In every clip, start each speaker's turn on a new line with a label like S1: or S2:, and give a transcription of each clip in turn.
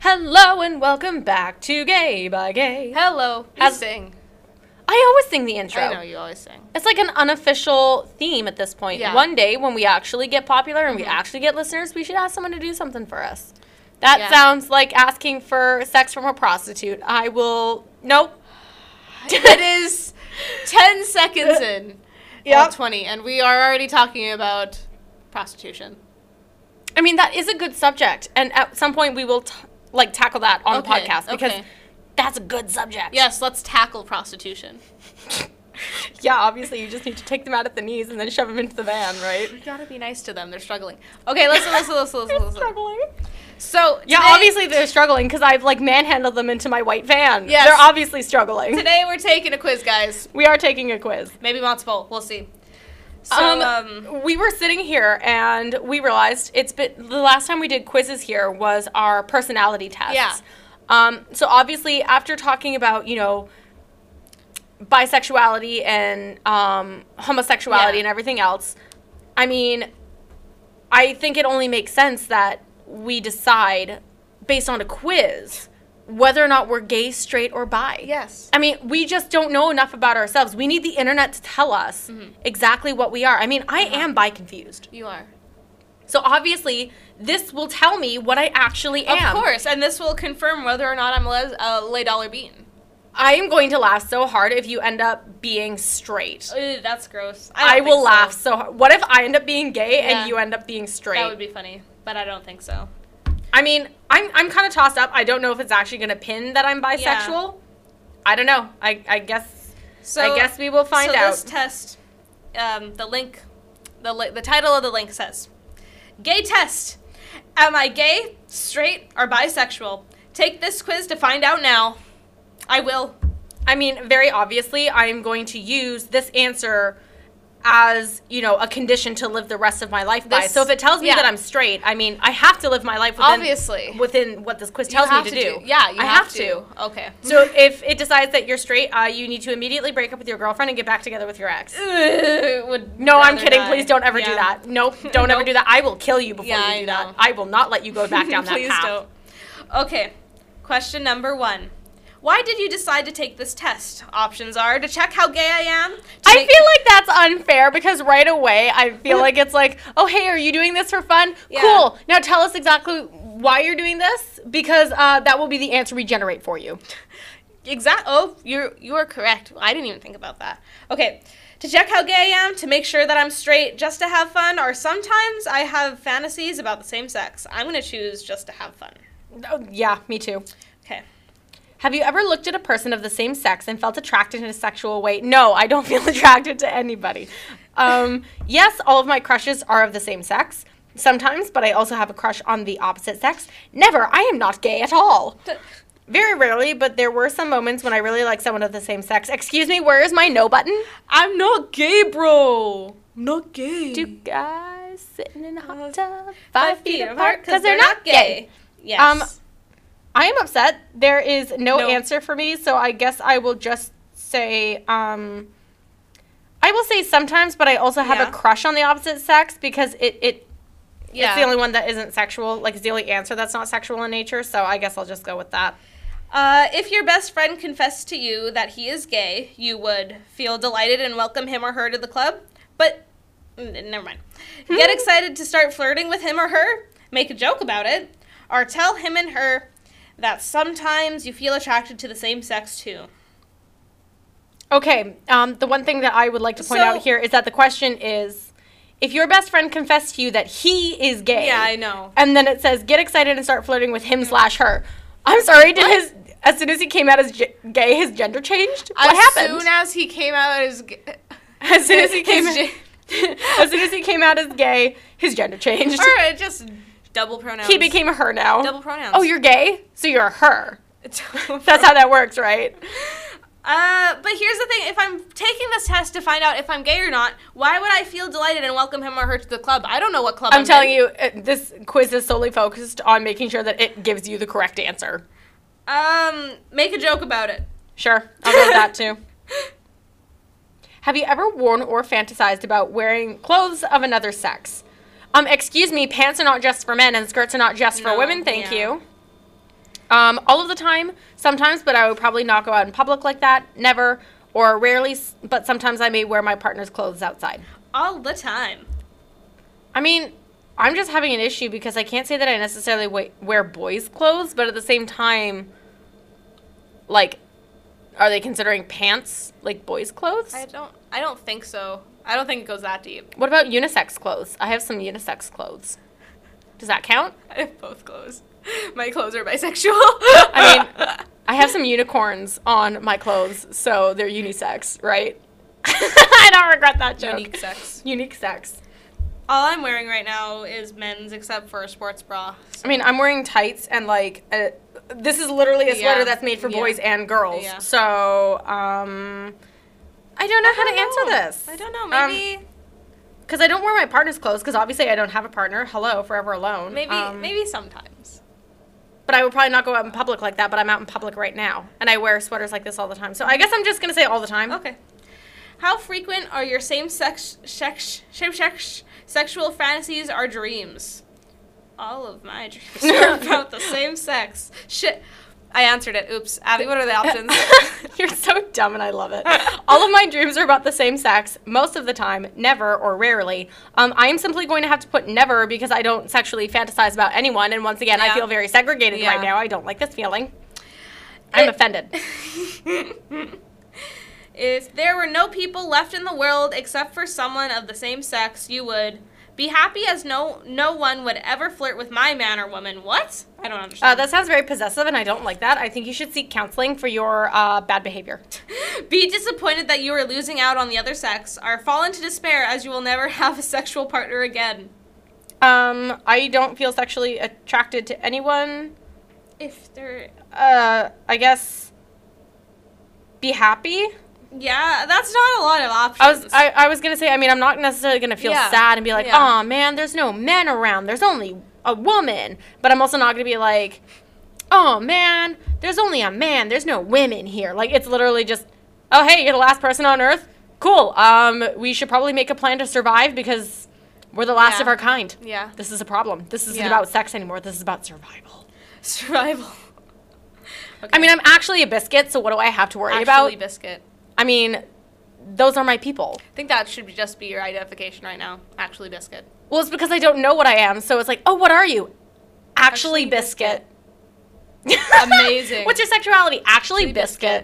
S1: Hello and welcome back to Gay by Gay.
S2: Hello. You
S1: Has-
S2: sing.
S1: I always sing the intro.
S2: I know you always sing.
S1: It's like an unofficial theme at this point.
S2: Yeah. Mm-hmm.
S1: One day when we actually get popular and we actually get listeners, we should ask someone to do something for us. That
S2: Yeah.
S1: sounds like asking for sex from a prostitute. I will. Nope.
S2: it is 10 seconds in.
S1: Yep.
S2: Well, 20. And we are already talking about prostitution.
S1: I mean, that is a good subject, and at some point we will t- like tackle that on
S2: Okay,
S1: the podcast because
S2: okay.
S1: that's a good subject.
S2: Yes, let's tackle prostitution.
S1: Yeah. Obviously, you just need to take them out at the knees and then shove them into the van, right?
S2: We gotta be nice to them. They're struggling. Okay, listen, listen, listen, listen,
S1: They're
S2: listen.
S1: struggling.
S2: So,
S1: Yeah,
S2: today-
S1: obviously they're struggling because I've like manhandled them into my white van.
S2: Yes.
S1: They're obviously struggling.
S2: Today we're taking a quiz, guys.
S1: we are taking a quiz.
S2: Maybe multiple. We'll see. So,
S1: um,
S2: um,
S1: we were sitting here and we realized it's been the last time we did quizzes here was our personality tests.
S2: Yeah.
S1: Um, so obviously, after talking about you know bisexuality and um, homosexuality
S2: Yeah.
S1: and everything else, I mean, I think it only makes sense that we decide based on a quiz whether or not we're gay, straight, or bi.
S2: yes.
S1: I mean, we just don't know enough about ourselves. We need the internet to tell us
S2: Mm-hmm.
S1: exactly what we are. I mean,
S2: Uh-huh.
S1: I am bi confused.
S2: You are.
S1: So obviously, this will tell me what I actually am.
S2: Of course. And this will confirm whether or not I'm a les- uh, lay dollar bean.
S1: I am going to laugh so hard if you end up being straight.
S2: Ew, that's gross. don't
S1: I,
S2: think
S1: will
S2: so.
S1: laugh so hard. What if I end up being gay
S2: Yeah.
S1: and you end up being straight?
S2: That would be funny, but I don't think so.
S1: I mean, I'm, I'm kind of tossed up. I don't know if it's actually going to pin that I'm bisexual. I don't know. I, I guess
S2: So
S1: I guess we will find
S2: so
S1: out.
S2: this test, um, the link, the li- the title of the link says, "Gay test: Am I gay, straight, or bisexual? Take this quiz to find out now. I will.
S1: I mean, very obviously, I'm going to use this answer as you know a condition to live the rest of my life by.
S2: This-
S1: So if it tells me
S2: yeah.
S1: that I'm straight, I mean, I have to live my life within,
S2: Obviously.
S1: within what this quiz tells
S2: You
S1: me
S2: have
S1: to, do.
S2: Yeah, you
S1: I
S2: have, to. Okay.
S1: So if it decides that you're straight, uh, you need to immediately break up with your girlfriend and get back together with your ex.
S2: Would
S1: No, I'm
S2: rather
S1: kidding.
S2: die.
S1: Please don't ever do
S2: Yeah.
S1: that. Nope, don't ever
S2: Nope.
S1: do that. I will kill you before
S2: Yeah,
S1: you do
S2: I
S1: that.
S2: know.
S1: I will not let you go back down that
S2: Please
S1: path.
S2: don't. Okay, question number one. Why did you decide to take this test? Options are to check how gay I am. to
S1: I
S2: make-
S1: feel like that's unfair because right away I feel like it's like, oh hey, are you doing this for fun?
S2: Yeah.
S1: Cool. Now tell us exactly why you're doing this because uh, that will be the answer we generate for you.
S2: Exact. Oh, you're you are correct. I didn't even think about that. Okay, to check how gay I am, to make sure that I'm straight, just to have fun, or sometimes I have fantasies about the same sex. I'm gonna choose just to have fun.
S1: Oh, yeah, me too.
S2: Okay.
S1: Have you ever looked at a person of the same sex and felt attracted in a sexual way? No, I don't feel attracted to anybody. Um, yes, all of my crushes are of the same sex sometimes, but I also have a crush on the opposite sex. Never. I am not gay at all. Very rarely, but there were some moments when I really liked someone of the same sex. Excuse me, where is my no button?
S2: I'm not gay, bro. I'm not gay.
S1: Two guys sitting in a hot
S2: Five
S1: tub,
S2: five feet apart because they're, not gay. Yes.
S1: Um, I am upset. There is no,
S2: No.
S1: answer for me, so I guess I will just say, um, I will say sometimes, but I also have
S2: Yeah.
S1: a crush on the opposite sex because it, it
S2: yeah.
S1: it's the only one that isn't sexual. Like, it's the only answer that's not sexual in nature, so I guess I'll just go with that.
S2: Uh, if your best friend confessed to you that he is gay, you would feel delighted and welcome him or her to the club, but n- never mind. Get excited to start flirting with him or her, make a joke about it, or tell him and her that sometimes you feel attracted to the same sex too.
S1: Okay. Um, the one thing that I would like to point
S2: So-
S1: out here is that the question is, if your best friend confessed to you that he is gay,
S2: know.
S1: and then it says get excited and start flirting with him slash her. I'm sorry. Did his as soon as he came out as g- gay, his gender changed? What happened?
S2: as he came out as gay.
S1: as soon as he came, as soon as he came out as gay, his gender changed.
S2: or just double pronouns.
S1: he became a her now.
S2: double pronouns.
S1: Oh, you're gay, so you're a her.
S2: you're.
S1: That's how that works, right?
S2: Uh, but here's the thing: if I'm taking this test to find out if I'm gay or not, why would I feel delighted and welcome him or her to the club? I don't know what club.
S1: I'm telling
S2: in.
S1: you, uh, this quiz is solely focused on making sure that it gives you the correct answer.
S2: Um, make a joke about it.
S1: Sure, I'll go with that too. Have you ever worn or fantasized about wearing clothes of another sex? Um, excuse me, pants are not just for men and skirts are not just for
S2: No,
S1: women, thank
S2: yeah.
S1: you. Um, all of the time, sometimes, but I would probably not go out in public like that. Never or rarely, s- but sometimes I may wear my partner's clothes outside.
S2: All the time.
S1: I mean, I'm just having an issue because I can't say that I necessarily wa- wear boys' clothes, but at the same time, like, are they considering pants like boys' clothes?
S2: I don't. I don't think so. I don't think it goes that deep.
S1: what about unisex clothes? I have some unisex clothes. Does that count?
S2: I have both clothes. My clothes are bisexual.
S1: I mean, I have some unicorns on my clothes, so they're unisex, right? I don't regret that joke.
S2: unique sex.
S1: Unique sex.
S2: All I'm wearing right now is men's, except for a sports bra.
S1: I mean, I'm wearing tights and like a, this is literally a sweater
S2: Yeah.
S1: that's made for
S2: Yeah.
S1: boys and girls.
S2: Yeah.
S1: So, um I don't know how
S2: I
S1: to
S2: don't know.
S1: answer this.
S2: I don't know.
S1: Um,
S2: Maybe
S1: cuz I don't wear my partner's clothes cuz obviously I don't have a partner. Hello, forever alone.
S2: maybe
S1: Um,
S2: maybe sometimes.
S1: But I would probably not go out in public like that, but I'm out in public right now and I wear sweaters like this all the time. So, I guess I'm just going to say all the time.
S2: Okay. How frequent are your same sex sex same sex sexual fantasies or dreams? All of my dreams are about the same sex. Shit. I answered it. Oops. Abby, what are the options?
S1: You're so dumb and I love it. All of my dreams are about the same sex, most of the time, never or rarely. Um, I am simply going to have to put never because I don't sexually fantasize about anyone. And once again, I
S2: Yeah.
S1: feel very segregated right
S2: Yeah.
S1: now. I don't like this feeling. I'm
S2: It-
S1: offended.
S2: if there were no people left in the world except for someone of the same sex, you would be happy as no no one would ever flirt with my man or woman. What? I don't
S1: Uh,
S2: understand.
S1: that sounds very possessive, and I don't like that. I think you should seek counseling for your uh, bad behavior.
S2: Be disappointed that you are losing out on the other sex, or fall into despair as you will never have a sexual partner again.
S1: Um, I don't feel sexually attracted to anyone.
S2: If there,
S1: Uh, I guess be happy.
S2: yeah, that's not a lot of options.
S1: I was I, I was gonna say I mean I'm not necessarily gonna feel
S2: Yeah.
S1: sad and be like
S2: Yeah.
S1: oh man there's no men around there's only a woman but I'm also not gonna be like oh man there's only a man there's no women here like it's literally just oh hey you're the last person on Earth cool um we should probably make a plan to survive because we're the last
S2: Yeah.
S1: of our kind
S2: yeah,
S1: this is a problem this isn't
S2: Yeah.
S1: about sex anymore this is about survival
S2: survival.
S1: I mean I'm actually a biscuit so what do I have to worry
S2: actually
S1: about
S2: biscuit.
S1: I mean those are my people
S2: I think that should be just be your identification right now. Actually, biscuit.
S1: Well, it's because I don't know what I am. So it's like, oh, what are you? Actually,
S2: Actually
S1: biscuit.
S2: Amazing.
S1: What's your sexuality? Actually,
S2: Actually
S1: biscuit.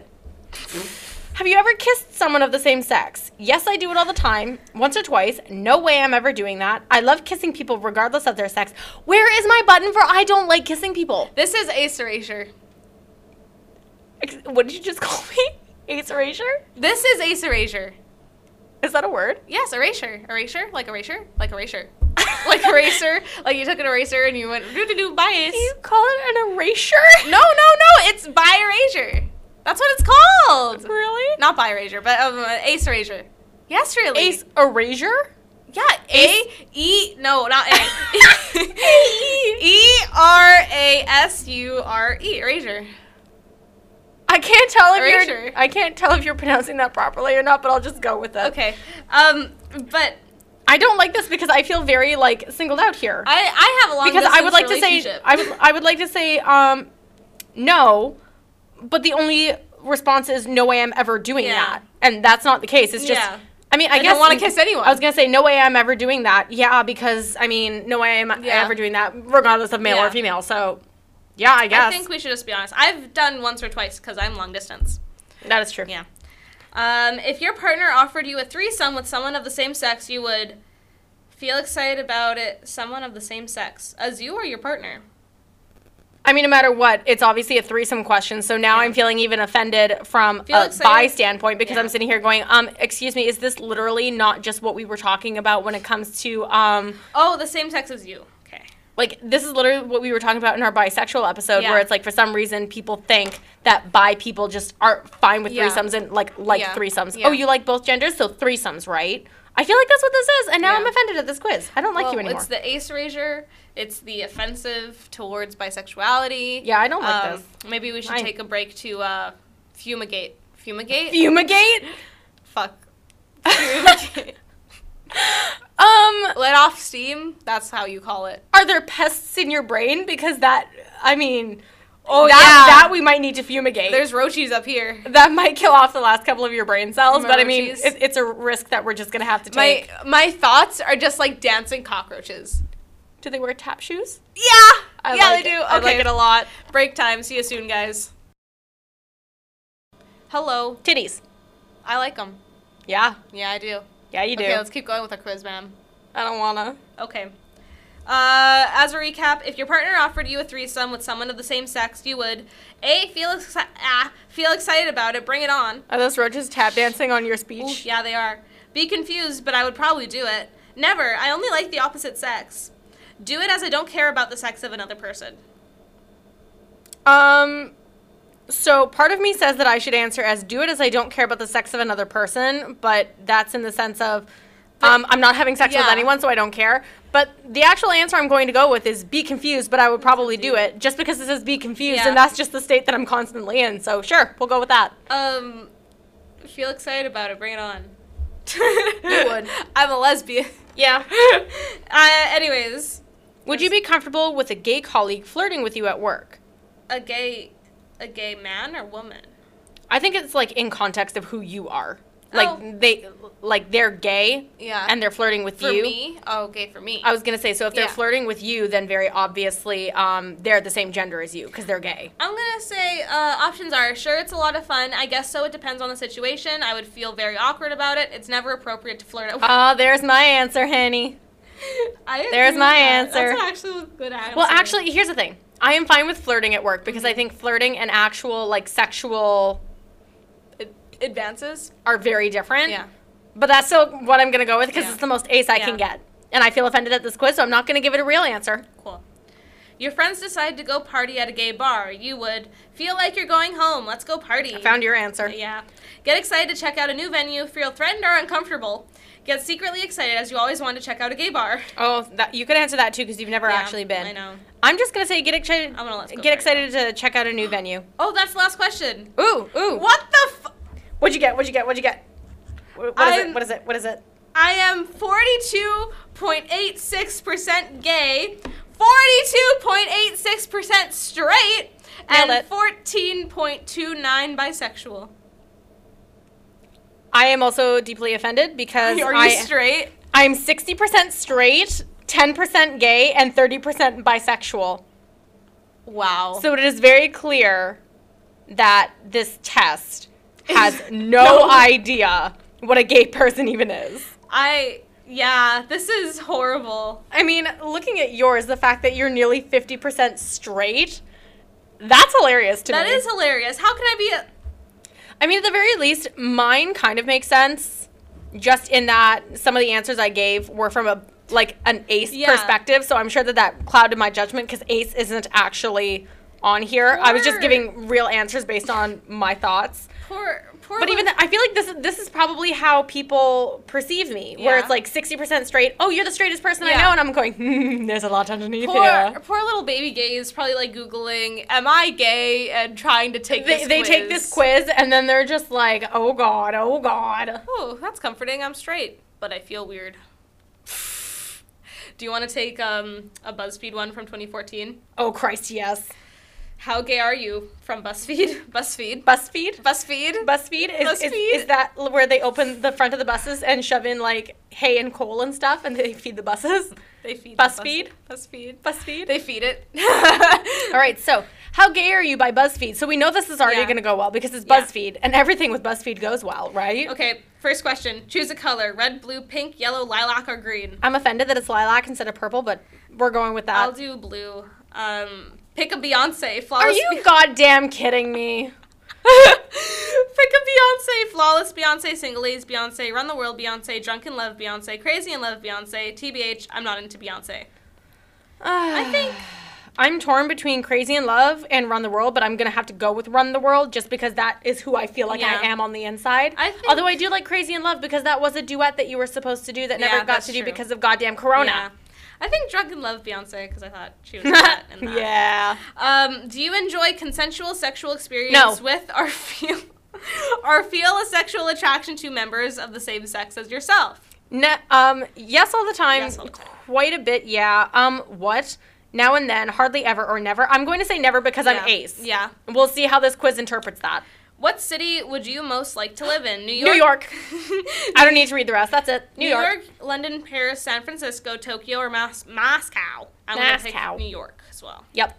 S1: Have you ever kissed someone of the same sex? Yes, I do it all the time, once or twice. No way I'm ever doing that. I love kissing people regardless of their sex. Where is my button for I don't like kissing people?
S2: This is ace erasure.
S1: Ex- What did you just call me? Ace erasure?
S2: This is ace erasure.
S1: Is that a word?
S2: Yes, erasure. Erasure? Like erasure? Like erasure. like eraser. Like you took an eraser and you went doo doo doo by
S1: Do you
S2: ace.
S1: call it an erasure?
S2: No, no, no. It's by erasure. That's what it's called.
S1: Really?
S2: Not by erasure, but um, ace erasure. Yes, really.
S1: Ace erasure?
S2: Yeah, A E. No, not A.
S1: A-E.
S2: E R A S U R E. Erasure.
S1: I can't tell if
S2: Erasure.
S1: you're I can't tell if you're pronouncing that properly or not, but I'll just go with it.
S2: Okay. Um, but
S1: I don't like this because I feel very like singled out here.
S2: I I have a long
S1: because I would like to say
S2: relationship.
S1: I would I would like to say um no, but the only response is no way I'm ever doing
S2: Yeah.
S1: that. And that's not the case. It's just
S2: Yeah.
S1: I mean, I,
S2: I
S1: guess
S2: don't want to kiss anyone.
S1: I was gonna say no way I'm ever doing that. Yeah, because I mean, no way I'm
S2: Yeah.
S1: ever doing that regardless of male
S2: Yeah.
S1: or female. So yeah, I guess
S2: I think we should just be honest. I've done once or twice because I'm long distance.
S1: that is true.
S2: Yeah. Um, if your partner offered you a threesome with someone of the same sex, you would feel excited about it. Someone of the same sex as you or your partner.
S1: I mean, no matter what, it's obviously a threesome question. So now I'm feeling even offended from
S2: Feel
S1: a
S2: excited?
S1: bi standpoint because
S2: Yeah.
S1: I'm sitting here going, um, excuse me, is this literally not just what we were talking about when it comes to, um,
S2: Oh, the same sex as you. Okay.
S1: like this is literally what we were talking about in our bisexual episode
S2: Yeah.
S1: where it's like for some reason people think that bi people just aren't fine with
S2: Yeah.
S1: threesomes and like like
S2: Yeah.
S1: threesomes.
S2: Yeah.
S1: Oh, you like both genders, so threesomes, right? I feel like that's what this is, and now
S2: Yeah.
S1: I'm offended at this quiz. I don't like you
S2: Well,
S1: anymore.
S2: It's the ace erasure. It's the offensive towards bisexuality.
S1: Yeah, I don't like
S2: Um, Maybe we should
S1: I-
S2: take a break to uh, fumigate. Fumigate.
S1: Fumigate.
S2: Fuck. Fumigate.
S1: um,
S2: Let off steam. That's how you call it.
S1: are there pests in your brain because that i mean Oh
S2: yeah.
S1: that we might need to fumigate.
S2: There's roaches up here.
S1: that might kill off the last couple of your brain cells,
S2: My
S1: but I mean,
S2: roaches.
S1: it, it's a risk that we're just gonna have to
S3: My
S1: take.
S3: my thoughts are just like dancing cockroaches.
S1: do they wear tap shoes?
S2: Yeah.
S1: I
S2: yeah,
S1: like
S2: they
S1: it.
S2: do.
S1: I like
S2: Okay.
S1: it a lot.
S2: Break time. See you soon, guys. Hello.
S1: Titties.
S3: I like them.
S1: Yeah,
S3: Yeah, I do.
S1: yeah, you do.
S3: Okay, let's keep going with our quiz, ma'am.
S1: I don't wanna.
S2: Okay. Uh, as a recap, if your partner offered you a threesome with someone of the same sex, you would a feel exci- ah, feel excited about it, bring it on.
S1: Are those roaches tap dancing on your speech?
S2: Ooh, yeah, they are. Be confused, but I would probably do it. Never. I only like the opposite sex. Do it as I don't care about the sex of another person.
S1: Um, so part of me says that I should answer as do it as I don't care about the sex of another person, but that's in the sense of um, I'm not having sex with
S3: Yeah.
S1: anyone, so I don't care. But the actual answer I'm going to go with is be confused, but I would probably do it just because it says be confused,
S2: Yeah.
S1: and that's just the state that I'm constantly in. So sure, we'll go with that.
S2: Um, feel excited about it, bring it on.
S1: You would.
S2: I'm a lesbian.
S1: Yeah.
S2: uh, anyways,
S1: would you be comfortable with a gay colleague flirting with you at work?
S2: a gay, a gay man or woman?
S1: I think it's like in context of who you are. Like
S2: Oh.
S1: they, like they're gay
S3: Yeah.
S1: and they're flirting with
S3: for
S1: you.
S3: me, oh, okay, for me.
S1: I was gonna say, so if they're
S3: Yeah.
S1: flirting with you, then very obviously um, they're the same gender as you because they're gay.
S2: I'm gonna say uh, options are sure it's a lot of fun. I guess so. It depends on the situation. I would feel very awkward about it. It's never appropriate to flirt. At work.
S1: Ah, there's my answer, Henny.
S2: I agree
S1: Oh, there's
S2: with
S1: my
S2: that.
S1: answer.
S2: That's an actual good answer.
S1: Well, actually, here's the thing. I am fine with flirting at work because I
S2: Mm-hmm.
S1: think flirting and actual like sexual
S3: advances.
S1: are very different.
S3: Yeah.
S1: But that's still what I'm gonna go with because
S3: Yeah.
S1: it's the most ace I can
S2: Yeah.
S1: get, and I feel offended at this quiz, so I'm not gonna give it a real answer.
S2: Cool. Your friends decide to go party at a gay bar. You would feel like you're going home. Let's go party.
S1: I found your answer.
S2: Yeah. Get excited to check out a new venue. Feel threatened or uncomfortable. Get secretly excited as you always want to check out a gay bar.
S1: Oh, that, you could answer that too because you've never
S2: Yeah,
S1: actually been.
S2: I know.
S1: I'm just gonna say get excited.
S2: I'm gonna let's go
S1: get
S2: right
S1: excited to check out a new venue.
S2: Oh, that's the last question.
S1: Ooh, ooh.
S2: What the f-
S1: What'd you get? What'd you get? What'd you get? Wh- What is
S2: I'm-
S1: it? What is it? What is it?
S2: I am 42.86% gay, 42.86% straight,
S1: Nailed
S2: and
S1: it.
S2: 14.29 bisexual.
S1: I am also deeply offended because
S2: Are you
S1: I,
S2: straight?
S1: I'm 60% straight, 10% gay, and 30% bisexual.
S3: Wow.
S1: So it is very clear that this test has no
S2: No.
S1: idea what a gay person even is.
S2: I yeah, this is horrible.
S1: I mean, looking at yours, the fact that you're nearly 50% straight, that's hilarious to
S2: That
S1: me.
S2: is hilarious. How can I be a
S1: I mean, at the very least, mine kind of makes sense, just in that some of the answers I gave were from a like an ace
S2: Yeah.
S1: perspective. So I'm sure that that clouded my judgment because ace isn't actually on here. I was just
S2: Sure.
S1: giving real answers based on my thoughts.
S2: poor poor
S1: But even
S2: little-
S1: th- I feel like this is this is probably how people perceive me, where
S2: Yeah.
S1: it's like sixty percent straight. Oh, you're the straightest person I
S2: Yeah.
S1: know, and I'm going. Hmm, there's a lot underneath
S3: Poor,
S1: here.
S3: poor little baby gay is probably like googling, "Am I gay?" and trying to take
S1: They,
S3: this
S1: they take this quiz and then they're just like, oh god, oh god.
S2: Oh, that's comforting. I'm straight, but I feel weird. Do you want to take um, a BuzzFeed one from 2014?
S1: Oh Christ, yes.
S2: How gay are you from BuzzFeed? BuzzFeed.
S1: BuzzFeed.
S2: BuzzFeed.
S1: BuzzFeed is, is-
S2: BuzzFeed?
S1: Is, that l- where they open the front of the buses and shove in like hay and coal and stuff, and they feed the buses?
S2: They feed
S1: BuzzFeed?
S2: BuzzFeed.
S1: BuzzFeed.
S3: They feed it.
S1: All right, so how gay are you by BuzzFeed? So we know this is already
S2: Yeah.
S1: going to go well because it's
S2: Yeah.
S1: BuzzFeed, and everything with BuzzFeed goes well, right?
S2: Okay, first question. Choose a color: red, blue, pink, yellow, lilac, or green.
S1: I'm offended that it's lilac instead of purple, but we're going with
S2: I'll
S1: that.
S2: do blue. Um, pick a Beyonce flawless.
S1: Are you goddamn kidding me?
S2: Pick a Beyonce, flawless Beyonce, single A's Beyonce, run the world Beyonce, drunk in love Beyonce, crazy in love Beyonce, TBH, I'm not into Beyonce. I think
S1: I'm torn between Crazy in Love and Run the World, but I'm gonna have to go with Run the World just because that is who I feel like
S2: Yeah.
S1: I am on the inside.
S2: I think-
S1: Although I do like Crazy in Love because that was a duet that you were supposed to do that never
S2: Yeah,
S1: got
S2: that's
S1: to do
S2: true.
S1: because of goddamn Corona.
S2: yeah. I think drunk in love Beyonce because I thought she was hot and that.
S1: Yeah.
S2: Um, do you enjoy consensual sexual experience
S1: No.
S2: with or feel or feel a sexual attraction to members of the same sex as yourself?
S1: Ne- um, yes, all the time.
S2: Yes all the time.
S1: Quite a bit, yeah. Um, what? now and then, hardly ever, or never. I'm going to say never because
S2: Yeah.
S1: I'm ace.
S2: Yeah.
S1: We'll see how this quiz interprets that.
S2: What city would you most like to live in? New York.
S1: New York. I don't need to read the rest. That's it.
S2: New York, London, Paris, San Francisco, Tokyo, or Mas- Moscow. I'm gonna
S1: Moscow.
S2: pick New York as well.
S1: Yep.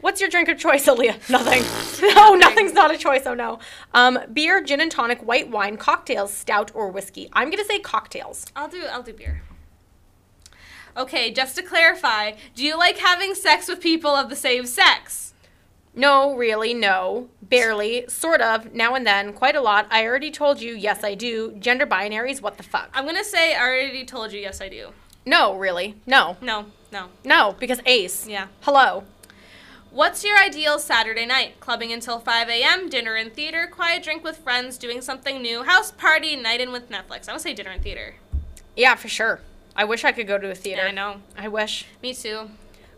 S1: What's your drink of choice, Aaliyah? Nothing. no, nothing's not a choice. Oh no. Um, beer, gin and tonic, white wine, cocktails, stout or whiskey. I'm gonna say cocktails.
S2: I'll do I'll do beer. Okay, just to clarify, do you like having sex with people of the same sex?
S1: No, really, no, barely, sort of, now and then, quite a lot. I already told you, yes, I do. Gender binaries, what the fuck?
S2: I'm gonna say I already told you yes I do.
S1: No, really, no,
S2: No, no.
S1: no, because Ace.
S2: Yeah.
S1: Hello.
S2: What's your ideal Saturday night? Clubbing until 5 a.m., dinner and theater, quiet drink with friends, doing something new, house party, night in with Netflix. I'm gonna say dinner and theater.
S1: Yeah, for sure. I wish I could go to a theater.
S2: Yeah, I know.
S1: I wish.
S2: Me too.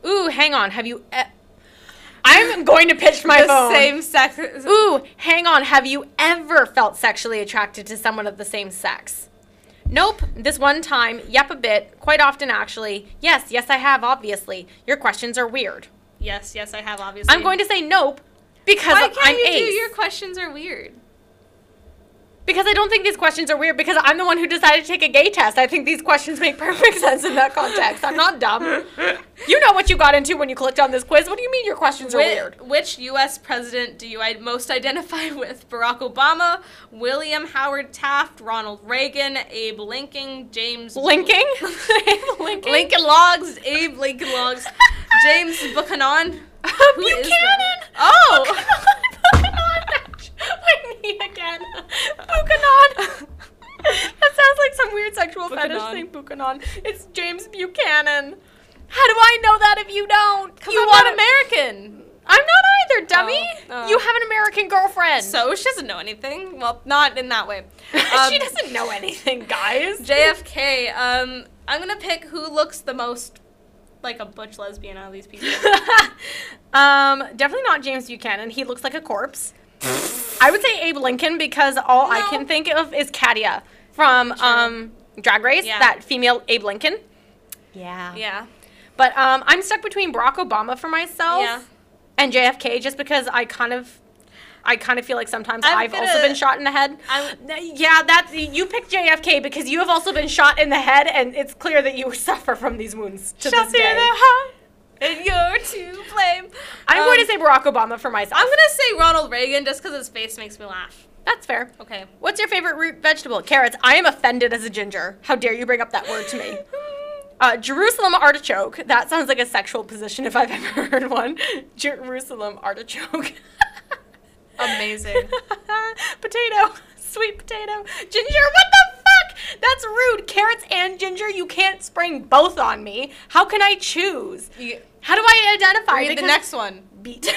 S1: Ooh, hang on. Have you? E- I'm going to pitch my
S3: the
S1: phone.
S3: same sex.
S1: Ooh, hang on. Have you ever felt sexually attracted to someone of the same sex? Nope. This one time. Yep, a bit. Quite often, actually. Yes, yes, I have, obviously. Your questions are weird.
S2: Yes, yes, I have obviously.
S1: I'm going to say nope because
S2: Why can't
S1: I'm
S2: you
S1: ace.
S2: do your questions are weird?
S1: because I don't think these questions are weird because I'm the one who decided to take a gay test. I think these questions make perfect sense in that context. I'm not dumb. you know what you got into when you clicked on this quiz. What do you mean your questions are
S2: Whi-
S1: weird?
S2: Which U.S. president do you i- most identify with? Barack Obama, William Howard Taft, Ronald Reagan, Abe Lincoln, James
S1: Linking?
S2: Lincoln, Logs, Abe Lincoln Logs, James Buchanan. Who is
S1: Buchanan.
S2: that? Oh,
S1: My knee again. Buchanan. that sounds like some weird sexual fetish
S2: Buchanan.
S1: thing. Buchanan. It's James Buchanan. How do I know that if you don't? You
S2: I'm
S1: want
S2: not
S1: American? I'm not either, dummy.
S2: Oh, oh.
S1: You have an American girlfriend.
S2: so she doesn't know anything. Well, not in that way. Um,
S1: she doesn't know anything, guys.
S2: JFK. Um, I'm gonna pick who looks the most like a butch lesbian out of these people.
S1: um, definitely not James Buchanan. He looks like a corpse. I would say Abe Lincoln because all I
S2: No.
S1: can think of is Katia from um, Drag Race,
S2: Yeah.
S1: that female Abe Lincoln. Yeah.
S2: yeah.
S1: But um, I'm stuck between Barack Obama for myself
S2: Yeah.
S1: and JFK just because I kind of. I kind of feel like sometimes
S2: I'm
S1: i have
S2: gonna-
S1: also been shot in the head.
S2: I'm-
S1: yeah, that's you picked JFK because you have also been shot in the head, and it's clear that you suffer from these wounds to
S2: Shot
S1: this
S2: through
S1: day.
S2: the heart, and you're to blame.
S1: I'm
S2: Um,
S1: going to say Barack Obama for myself.
S2: I'm gonna say Ronald Reagan just because his face makes me laugh.
S1: That's fair.
S2: Okay.
S1: What's your favorite root vegetable? Carrots. I am offended as a ginger. How dare you bring up that word to me? Uh, Jerusalem artichoke. That sounds like a sexual position if I've ever heard one. Jerusalem artichoke.
S3: Amazing.
S1: potato. Sweet potato. Ginger. What the fuck? That's rude. Carrots and ginger. You can't spring both on me. How can I choose?
S3: You-
S1: How do I identify?
S3: read the
S1: Because-
S3: next one.
S1: beat.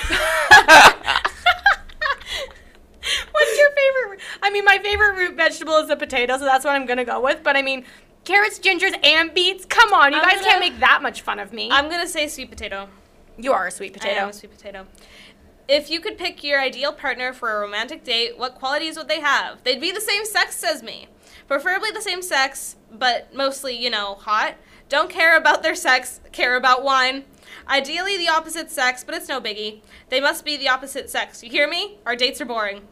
S1: What's your favorite? root- I mean, my favorite root vegetable is the potato, so that's what I'm gonna go with. But I mean, carrots, gingers, and beets. Come on, you
S2: I'm
S1: guys
S2: gonna-
S1: can't make that much fun of me.
S2: I'm gonna say sweet potato.
S1: you are a sweet
S2: I am
S1: potato.
S2: a sweet potato. If you could pick your ideal partner for a romantic date, what qualities would they have? They'd be the same sex as me. Preferably the same sex, but mostly, you know, hot. Don't care about their sex, care about wine. Ideally the opposite sex, but it's no biggie. They must be the opposite sex. You hear me? Our dates are boring.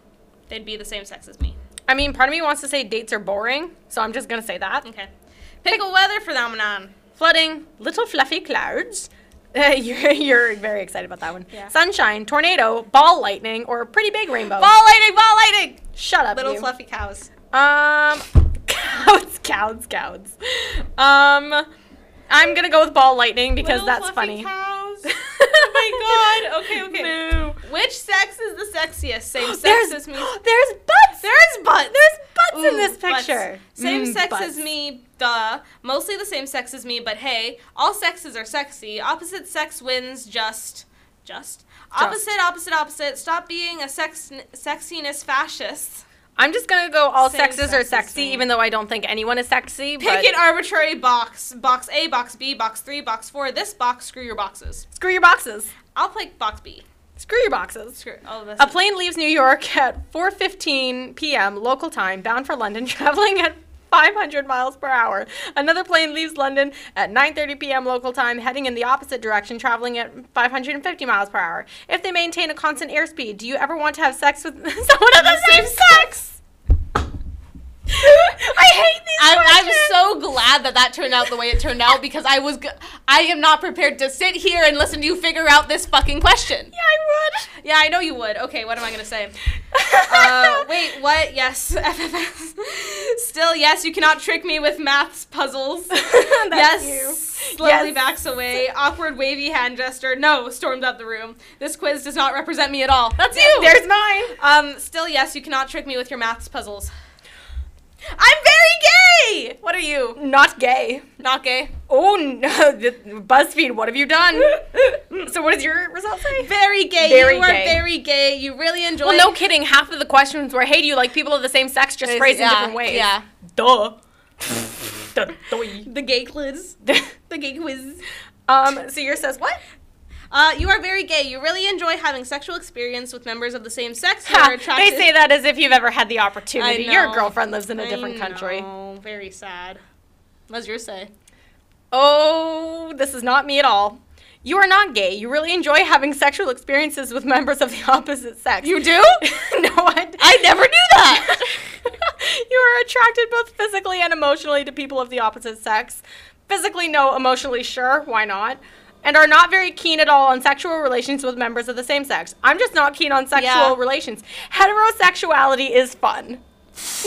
S2: They'd be the same sex as me.
S1: I mean, part of me wants to say dates are boring, so I'm just gonna say that.
S2: Okay. Pick a weather phenomenon.
S1: Flooding, little fluffy clouds. you're, you're very excited about that one.
S2: Yeah.
S1: Sunshine, tornado, ball lightning, or a pretty big rainbow.
S2: Ball lighting, ball lighting!
S1: Shut up,
S2: Little
S1: Oh. you.
S2: fluffy cows.
S1: Um, cows, cows, cows. Um, I'm gonna go with ball lightning because
S2: Little
S1: that's funny.
S2: fluffy Cows.
S1: oh
S2: my God. Okay, okay.
S1: No.
S2: Which sex is the sexiest? Same
S1: Oh,
S2: sex
S1: There's,
S2: as
S1: there's
S2: me.
S1: butts. There's butts. There's butts in this
S2: Butts.
S1: picture.
S2: Same
S1: Mm,
S2: sex
S1: butts.
S2: as me, duh. Mostly the same sex as me, but hey, all sexes are sexy. Opposite sex wins. Just, just. Opposite, opposite, opposite. Stop being a sex sexiness fascist.
S1: I'm just gonna go all
S2: Same
S1: sexes
S2: sex
S1: are
S2: as
S1: sexy,
S2: me.
S1: even though I don't think anyone is sexy.
S2: Pick
S1: but
S2: an arbitrary box. Box A, box B, box three, box four. This box, screw your boxes.
S1: Screw your boxes.
S2: I'll pick box B.
S1: Screw your boxes.
S2: Screw all of this.
S1: A plane leaves New York at 4:15 p.m. local time, bound for London, traveling at 500 miles per hour. Another plane leaves London at 9:30 p.m. local time, heading in the opposite direction, traveling at 550 miles per hour. If they maintain a constant airspeed, do you ever want to have sex with someone of the same sex? I hate these
S3: I'm, I'm
S1: questions.
S3: so glad that that turned out the way it turned out because I was, g- I am not prepared to sit here and listen to you figure out this fucking question.
S1: Yeah, I would.
S2: Yeah, I know you would. Okay, what am I gonna say? uh, wait, what? Yes, FFS. Still, yes, you cannot trick me with maths puzzles.
S1: That's
S2: yes.
S1: you.
S2: Slowly
S1: Yes.
S2: backs away. Awkward wavy hand gesture. No, storms out the room. This quiz does not represent me at all. That's you.
S1: There's mine.
S2: um, still, yes, you cannot trick me with your maths puzzles.
S1: I'm very
S2: Hey, what are you?
S1: Not gay.
S2: Not gay.
S1: Oh no, th- BuzzFeed, what have you done? so what does your result say?
S2: Very gay.
S1: Very
S2: you are
S1: gay.
S2: very gay. You really enjoy.
S1: Well, no kidding. Half of the questions were, "Hey, do you like people of the same sex?" Just phrased
S3: yeah,
S1: in different ways.
S3: Yeah.
S1: Duh. Duh. doy.
S2: the gay quiz. The gay quiz.
S1: um. So yours says what?
S2: Uh, you are very gay. You really enjoy having sexual experience with members of the same sex. You
S1: Ha,
S2: are attracted.
S1: They say that as if you've ever had the opportunity.
S2: I
S1: Your
S2: know.
S1: girlfriend lives in a different
S2: I
S1: country.
S2: know. Very sad.
S3: What's yours say?
S1: Oh, this is not me at all. You are not gay. You really enjoy having sexual experiences with members of the opposite sex.
S3: You do?
S1: no, I,
S3: I never knew that.
S1: you are attracted both physically and emotionally to people of the opposite sex. Physically, no. Emotionally, sure. Why not? And are not very keen at all on sexual relations with members of the same sex. I'm just not keen on sexual
S3: Yeah.
S1: relations. Heterosexuality is fun.
S3: Is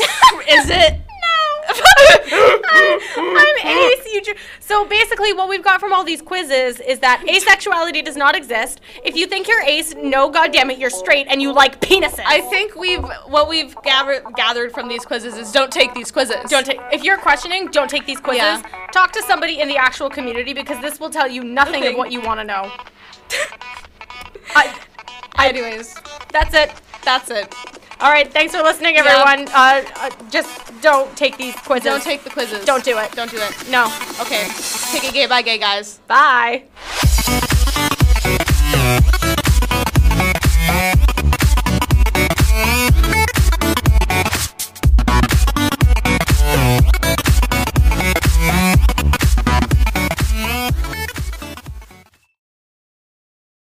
S3: it?
S1: No. I'm, I'm ace. You ju- so basically, what we've got from all these quizzes is that asexuality does not exist. If you think you're ace, no, goddamn it, you're straight and you like penises.
S3: I think we've what we've gathered gathered from these quizzes is don't take these quizzes.
S1: don't take if you're questioning. Don't take these quizzes.
S3: Yeah.
S1: Talk to somebody in the actual community because this will tell you nothing, of
S2: Nothing.
S1: what you want to know. I,
S3: Anyways,
S1: that's it.
S3: that's it.
S1: All right. Thanks for listening, everyone. Uh, uh, just don't take these quizzes.
S3: Don't take the quizzes.
S1: Don't do it.
S3: Don't do it.
S1: No.
S3: Okay. Take it gay by gay, guys.
S1: Bye.